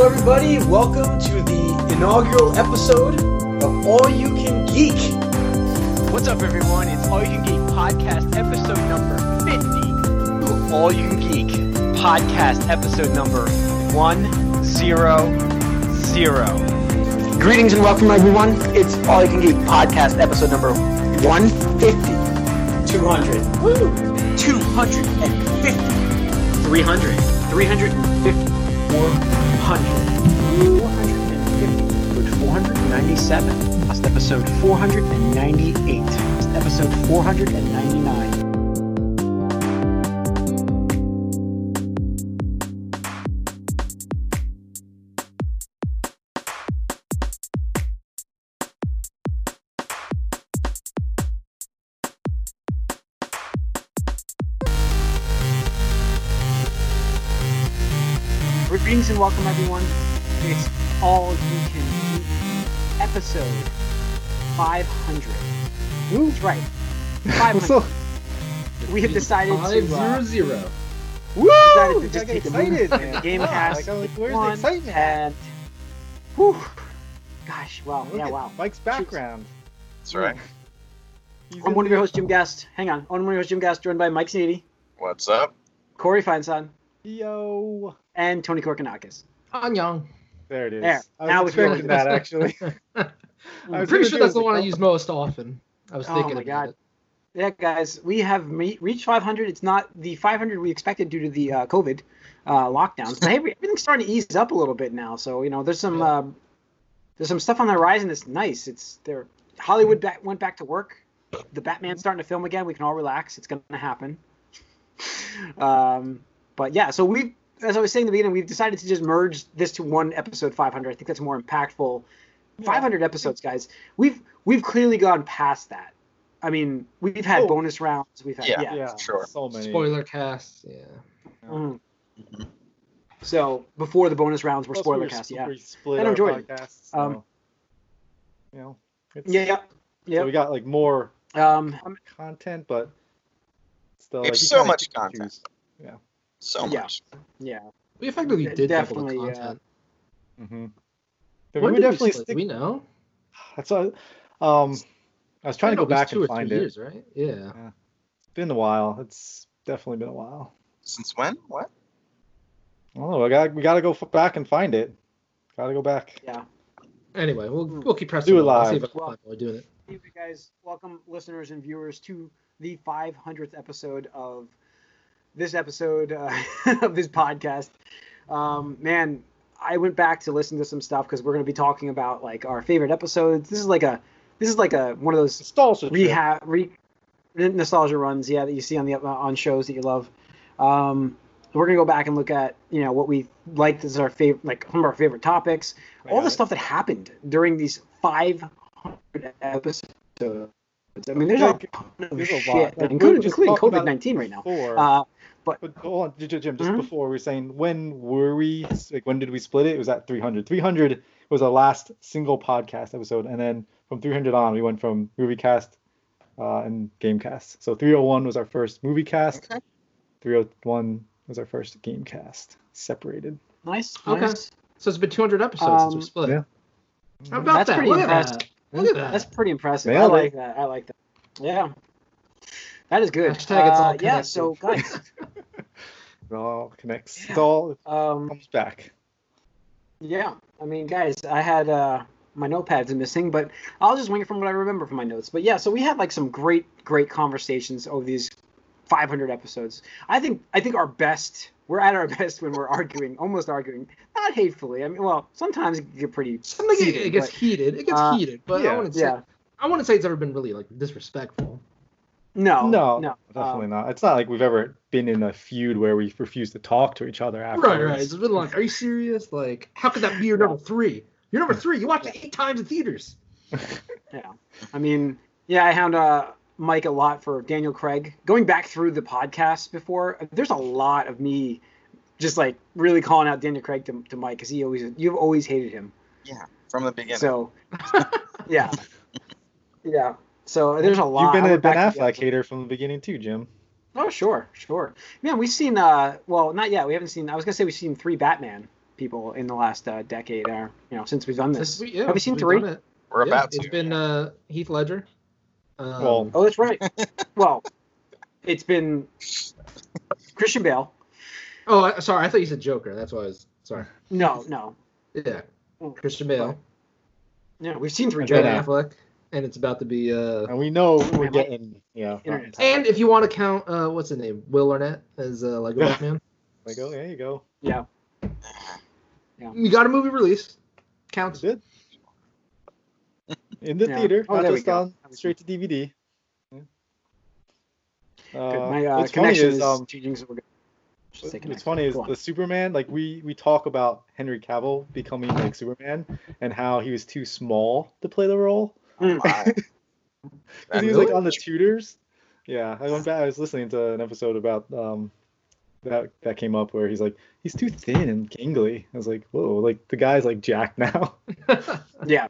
everybody. Welcome to the inaugural episode of All You Can Geek. What's up, everyone? It's All You Can Geek podcast episode number 50. All You Can Geek podcast episode number 100. Greetings and welcome, everyone. It's All You Can Geek podcast episode number 150, 200, woo, 250, 300, 350, 400, 450, episode 497, That's episode 498, That's episode 499. Greetings and welcome, everyone. It's All You Can Geek episode 500. That's right. 500. So, we have decided Five to. uh, zero zero. woo! decided to just I take get a moment excited, and man. game Wow, cast like, I'm like, where's one the excitement? at? and whew, gosh, wow, Look yeah, at wow. Mike's background. That's right. Hmm. He's I'm in one of your the- hosts, Jim Guest. Hang on, I'm one of your hosts, Jim Guest, joined by Mike Sneedy, What's up? Corey Feinstein, Yo, and Tony Korkanakis. Anyang. there it is. There. I was Now we feel expecting that actually. I'm pretty sure that's the one I use. use most often. I was Oh thinking my about God. Yeah, guys, we have me- reached 500. It's not the 500 we expected due to the uh, COVID uh, lockdowns. But hey, everything's starting to ease up a little bit now. So you know, there's some Yeah. uh, there's some stuff on the horizon that's nice. It's there. Hollywood back, went back to work. The Mm-hmm. Batman's starting to film again. We can all relax. It's going to happen. Um, but yeah, so we, as I was saying in the beginning, we've decided to just merge this to one episode 500. I think that's more impactful. 500 episodes, guys. We've we've clearly gone past that. I mean, we've had Oh. bonus rounds. We've had yeah. Yeah. Yeah, Sure. So it. many. Spoiler cast. Yeah. Mhm. So before the bonus rounds were Plus, spoiler we were cast, sp- yeah. We split And our enjoyed it. podcasts, Um, so, you know, it's, Yeah, So we yeah, got like more yeah. Um, content, but still, like, There's you so kinda much pick and content. choose. Yeah. So Yeah. much. yeah. We effectively Yeah, did double the definitely, uh, yeah. content. Mhm. Yeah. So We would definitely split? stick. We know. That's what, um, I was trying to It go was back two and or find three it. Years, right? Yeah. It's been a while. It's definitely been a while. Since when? What? I don't know. I got we got to go f- back and find it. Got to go back. Anyway, we'll Mm. we'll keep pressing. Do it on. I'll see live. if I can find it while we're doing it. Anyway, guys, welcome listeners and viewers to the 500th episode of this episode uh, of this podcast. Um, man, I went back to listen to some stuff because we're going to be talking about like our favorite episodes. This is like a this is like a one of those Nostalgia. trip. rehab re, nostalgia runs yeah that you see on the uh, on shows that you love um we're gonna go back and look at you know what we liked as our favorite like some of our favorite topics I all got the it. stuff that happened during these 500 episodes i mean there's, Like, a ton of There's a shit lot. Like, we were including, just including talking about it covid-19 right now Before, uh but hold on, J- J- Jim. Just Mhm. before we were saying, when were we? Like, when did we split it? It was at 300. 300 was our last single podcast episode, and then from 300 on, we went from movie cast uh, and game cast. So 301 was our first movie cast. 301 was our first game cast. Separated. nice Okay. nice So it's been 200 episodes since Um, we split. Yeah. How about That's that? pretty Look at impressive. that. Look at that. that's pretty impressive i Nailed it. like that i like that yeah that is good Hashtag it's all Uh, yeah so connected. guys It all connects. It all um comes back. Yeah, I mean, guys, I had uh, my notepads missing, but I'll just wing it from what I remember from my notes. But yeah, so we had like some great, great conversations over these 500 episodes. I think I think our best. We're at our best when we're arguing, almost arguing, not hatefully. I mean, well, sometimes it can get pretty. Something it, heated, it gets but- heated. It gets uh, heated, but yeah, I wouldn't say Yeah. I wouldn't say it's ever been really like disrespectful. No. no, Oh, No. definitely um, not. It's not like we've ever been in a feud where we refuse to talk to each other after. Right, right. It's been like, are you serious? Like, how could that be your number three? Your number three. You watched it eight times in theaters. I mean, yeah, I hound uh, Mike a lot for Daniel Craig. Going back through the podcast before, there's a lot of me just like really calling out Daniel Craig to, to Mike because he always you've always hated him. From the beginning. So, yeah, yeah. So there's a lot. You've I been a went Ben back to- Affleck hater from the beginning too, Jim. Oh sure, sure. Man, we've seen. Uh, well, not yet. We haven't seen. I was gonna say we've seen three Batman people in the last uh, decade or you know since we've done this. Since we- yeah, Have you seen we've three? done it. We're Yeah, about It's to. been uh, Heath Ledger. Um, Well, Oh, that's right. well, it's been Christian Bale. oh, I, sorry. I thought you said Joker. That's why I was sorry. No, no, Yeah, Hmm. Mm. Christian Bale, no. We've seen three. Okay. Ben Jedi. Yeah. Affleck, and it's about to be. Uh, and we know I we're like- getting yeah. Internet. and if you want to count, uh, what's his name, Will Arnett as uh, Lego Yeah. Batman, Like oh there you go. Yeah. you got a movie release. Counts. Good. In the Yeah. theater, Oh, not there we just go. on straight to DVD. Yeah. Good. Uh, My uh, what's funny connection is is um, changing, so we're good. Just say What's connection. funny is Go on. the Superman, like we we talk about Henry Cavill becoming like Superman and how he was too small to play the role. Hmm. My. 'Cause he was like on the Tudors. Yeah, I went back. I was listening to an episode about um that that came up where he's like he's too thin and gangly. I was like, whoa, like the guy's like Jack now. Yeah.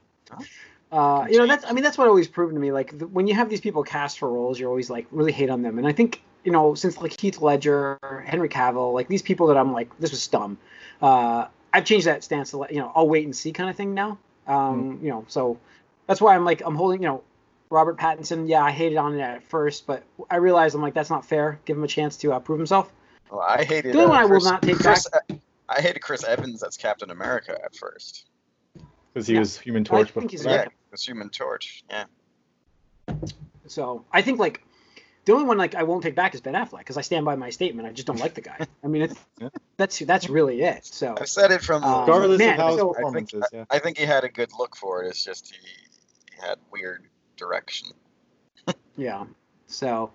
Uh, you know that's I mean that's what always proven to me like the, when you have these people cast for roles you're always like really hate on them and I think you know since like Heath Ledger Henry Cavill like these people that I'm like this was dumb uh, I've changed that stance to like, you know I'll wait and see kind of thing now um, you know so that's why I'm like I'm holding you know Robert Pattinson yeah I hated on it at first but I realized I'm like that's not fair give him a chance to uh, prove himself Well, I hated. The only uh, one I will Chris- not take Chris- E, I hated Chris Evans as Captain America at first. Because he Yeah. was human torch think he's before a- that. Yeah, it's Human Torch. Yeah. So I think like the only one like I won't take back is Ben Affleck because I stand by my statement. I just don't like the guy. I mean, it's, Yeah. that's that's really it. So I've said it from. Uh, Regardless man, of how his so- I think, performance is, yeah. I think he had a good look for it. It's just he, he had weird direction. yeah. So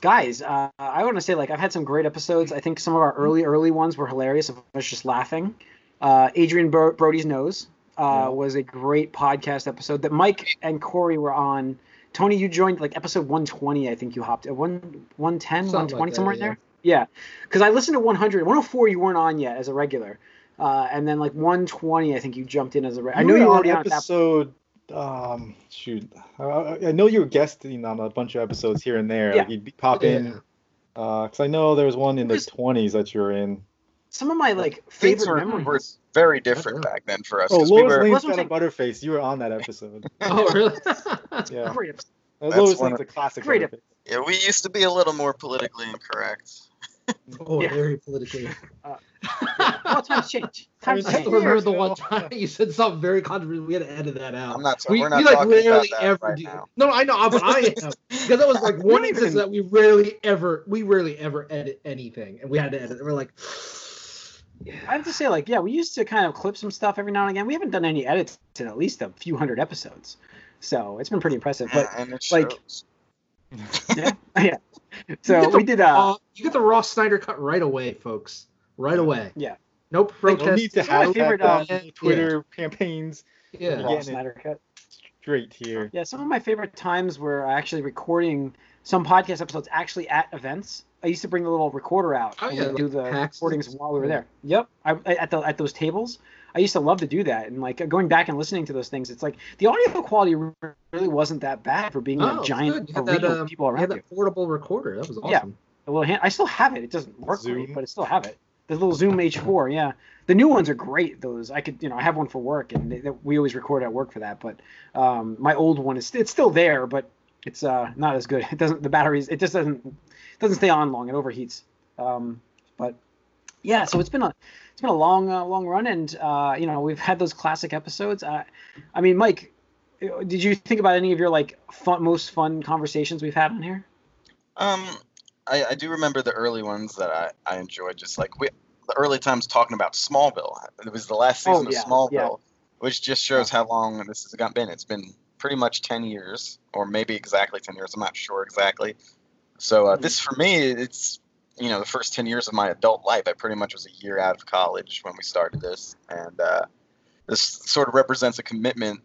guys, uh, I want to say like I've had some great episodes. I think some of our early early ones were hilarious. Of us just laughing. Uh, Adrian Bro- Brody's nose uh, Yeah. was a great podcast episode that Mike and Corey were on. Tony, you joined like episode 120, I think you hopped at one 110, Something like 120 that, somewhere in yeah. there. Yeah, because I listened to 100, 104 you weren't on yet as a regular, uh, and then like 120 I think you jumped in as a regular. I know were you were on already on at that. episode. Um, shoot, I, I I know you were guesting on a bunch of episodes here and there. Like Yeah. you'd be- pop in, Yeah. because Uh, I know there was one in the There's- twenties that you were in. Some of my like Things favorite were, were memories. very different Uh-huh. back then for us. Oh, 'cause we Lois were, Lane's That's what got a I'm butterface. You were on that episode. Oh, really? Yeah, Great episode. Uh, That's Lois one Lane's a classic. Great butterface. yeah, we used to be a little more politically incorrect. oh, Yeah. very politically. Uh, Well, times change. Times I Hey, change. remember here's the one Bill. time you said something very controversial. We had to edit that out. I'm not. we, we're not we, like talking about rarely that ever right do. now. No, I know, but I am because that was like one don't instance even- that we rarely ever we rarely ever edit anything, and we had to edit. We're like, I have to say, like, yeah, we used to kind of clip some stuff every now and again. We haven't done any edits in at least a few hundred episodes, so it's been pretty impressive. But and it like- shows. You so get the we did. Uh, raw- you get the raw Snyder cut right away, folks. Right away. Yeah. No Like, protest. no need to It's one of my have favorite, that uh, dumb Twitter campaigns yeah. raw Yeah. Snyder cut. straight here. Yeah, some of my favorite times were actually recording some podcast episodes actually at events. I used to bring the little recorder out Oh, and yeah, we'd do like the packs and recordings stuff. while we were there. Yep, I, I- at the at those tables, I used to love to do that. And like going back and listening to those things, it's like the audio quality re- really wasn't that bad for being Oh, a it's good. giant You had arena that, with um, people I had around you. that portable recorder. That was awesome. Yeah. The little hand. I still have it. It doesn't work Zoom. great, but I still have it. The little Zoom H4. Yeah, the new ones are great. Those I could, you know, I have one for work, and they, that- we always record at work for that. But um, my old one is it's still there, but it's uh, not as good. It doesn't. The batteries. It just doesn't it doesn't stay on long. It overheats. Um, but yeah, so it's been a it's been a long uh, long run, and uh, you know we've had those classic episodes. I, I mean, Mike, did you think about any of your like fun, most fun conversations we've had on here? Um, I, I do remember the early ones that I, I enjoyed. Just like we, the early times talking about Smallville. It was the last Oh, season yeah, of yeah. Smallville, which just shows how long this has got been. It's been pretty much ten years, or maybe exactly ten years. I'm not sure exactly. So Mm-hmm. uh, this for me, it's you know the first ten years of my adult life. I pretty much was a year out of college when we started this, and uh, this sort of represents a commitment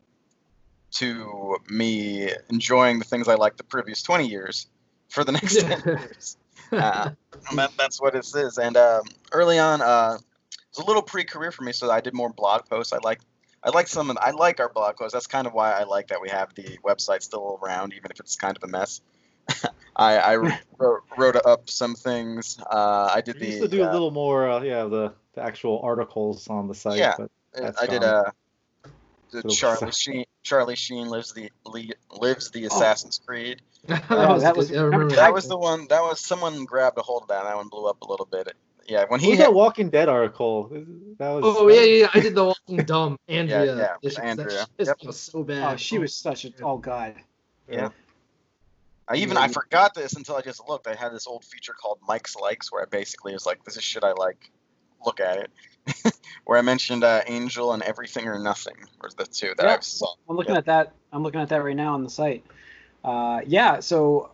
to me enjoying the things I liked the previous twenty years for the next ten years. Uh, and that, that's what this is. And um, early on, uh, it was a little pre-career for me, so I did more blog posts. I like, I like some, of, I like our blog posts. That's kind of why I like that we have the website still around, even if it's kind of a mess. I, I wrote, wrote up some things. Uh, I did We the used to do uh, a little more, uh, yeah, the the actual articles on the site. Yeah. But I That's I did gone. uh the Little Charlie sass- Sheen. Charlie Sheen lives the li- lives Oh. the Assassin's Creed. that Oh, was, that was- I remember That was the one. That was someone grabbed a hold of that. and That one blew up a little bit. Yeah, when What he was hit, that Walking Dead article? That was. Oh yeah, yeah, yeah. I did the Walking Dumb Andrea. yeah, with edition. That Andrea. shit Yep. was so bad. Oh, she was such a oh god. I even I forgot this until I just looked. I had this old feature called Mike's Likes, where I basically was like, "This is shit I like." Look at it. where I mentioned uh, Angel and Everything or Nothing, or the two that Yeah. I saw. I'm looking at that. I'm looking at that right now on the site. Uh, yeah, so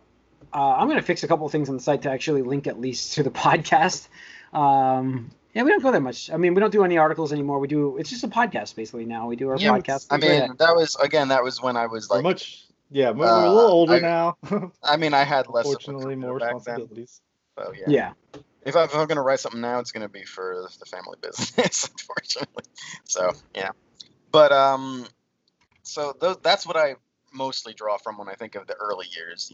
uh, I'm going to fix a couple of things on the site to actually link at least to the podcast. Um, yeah, we don't go there much. I mean, we don't do any articles anymore. We do. It's just a podcast basically now. We do our Yeah, podcast. I mean, that was again. That was when I was We're like, much. Yeah, we're, we're a little uh, older I- now. I mean, I had less. of a Fortunately, career more back then. responsibilities. So yeah. yeah. yeah. If, I, if I'm going to write something now, it's going to be for the family business, unfortunately. So yeah, but um, so those, that's what I mostly draw from when I think of the early years.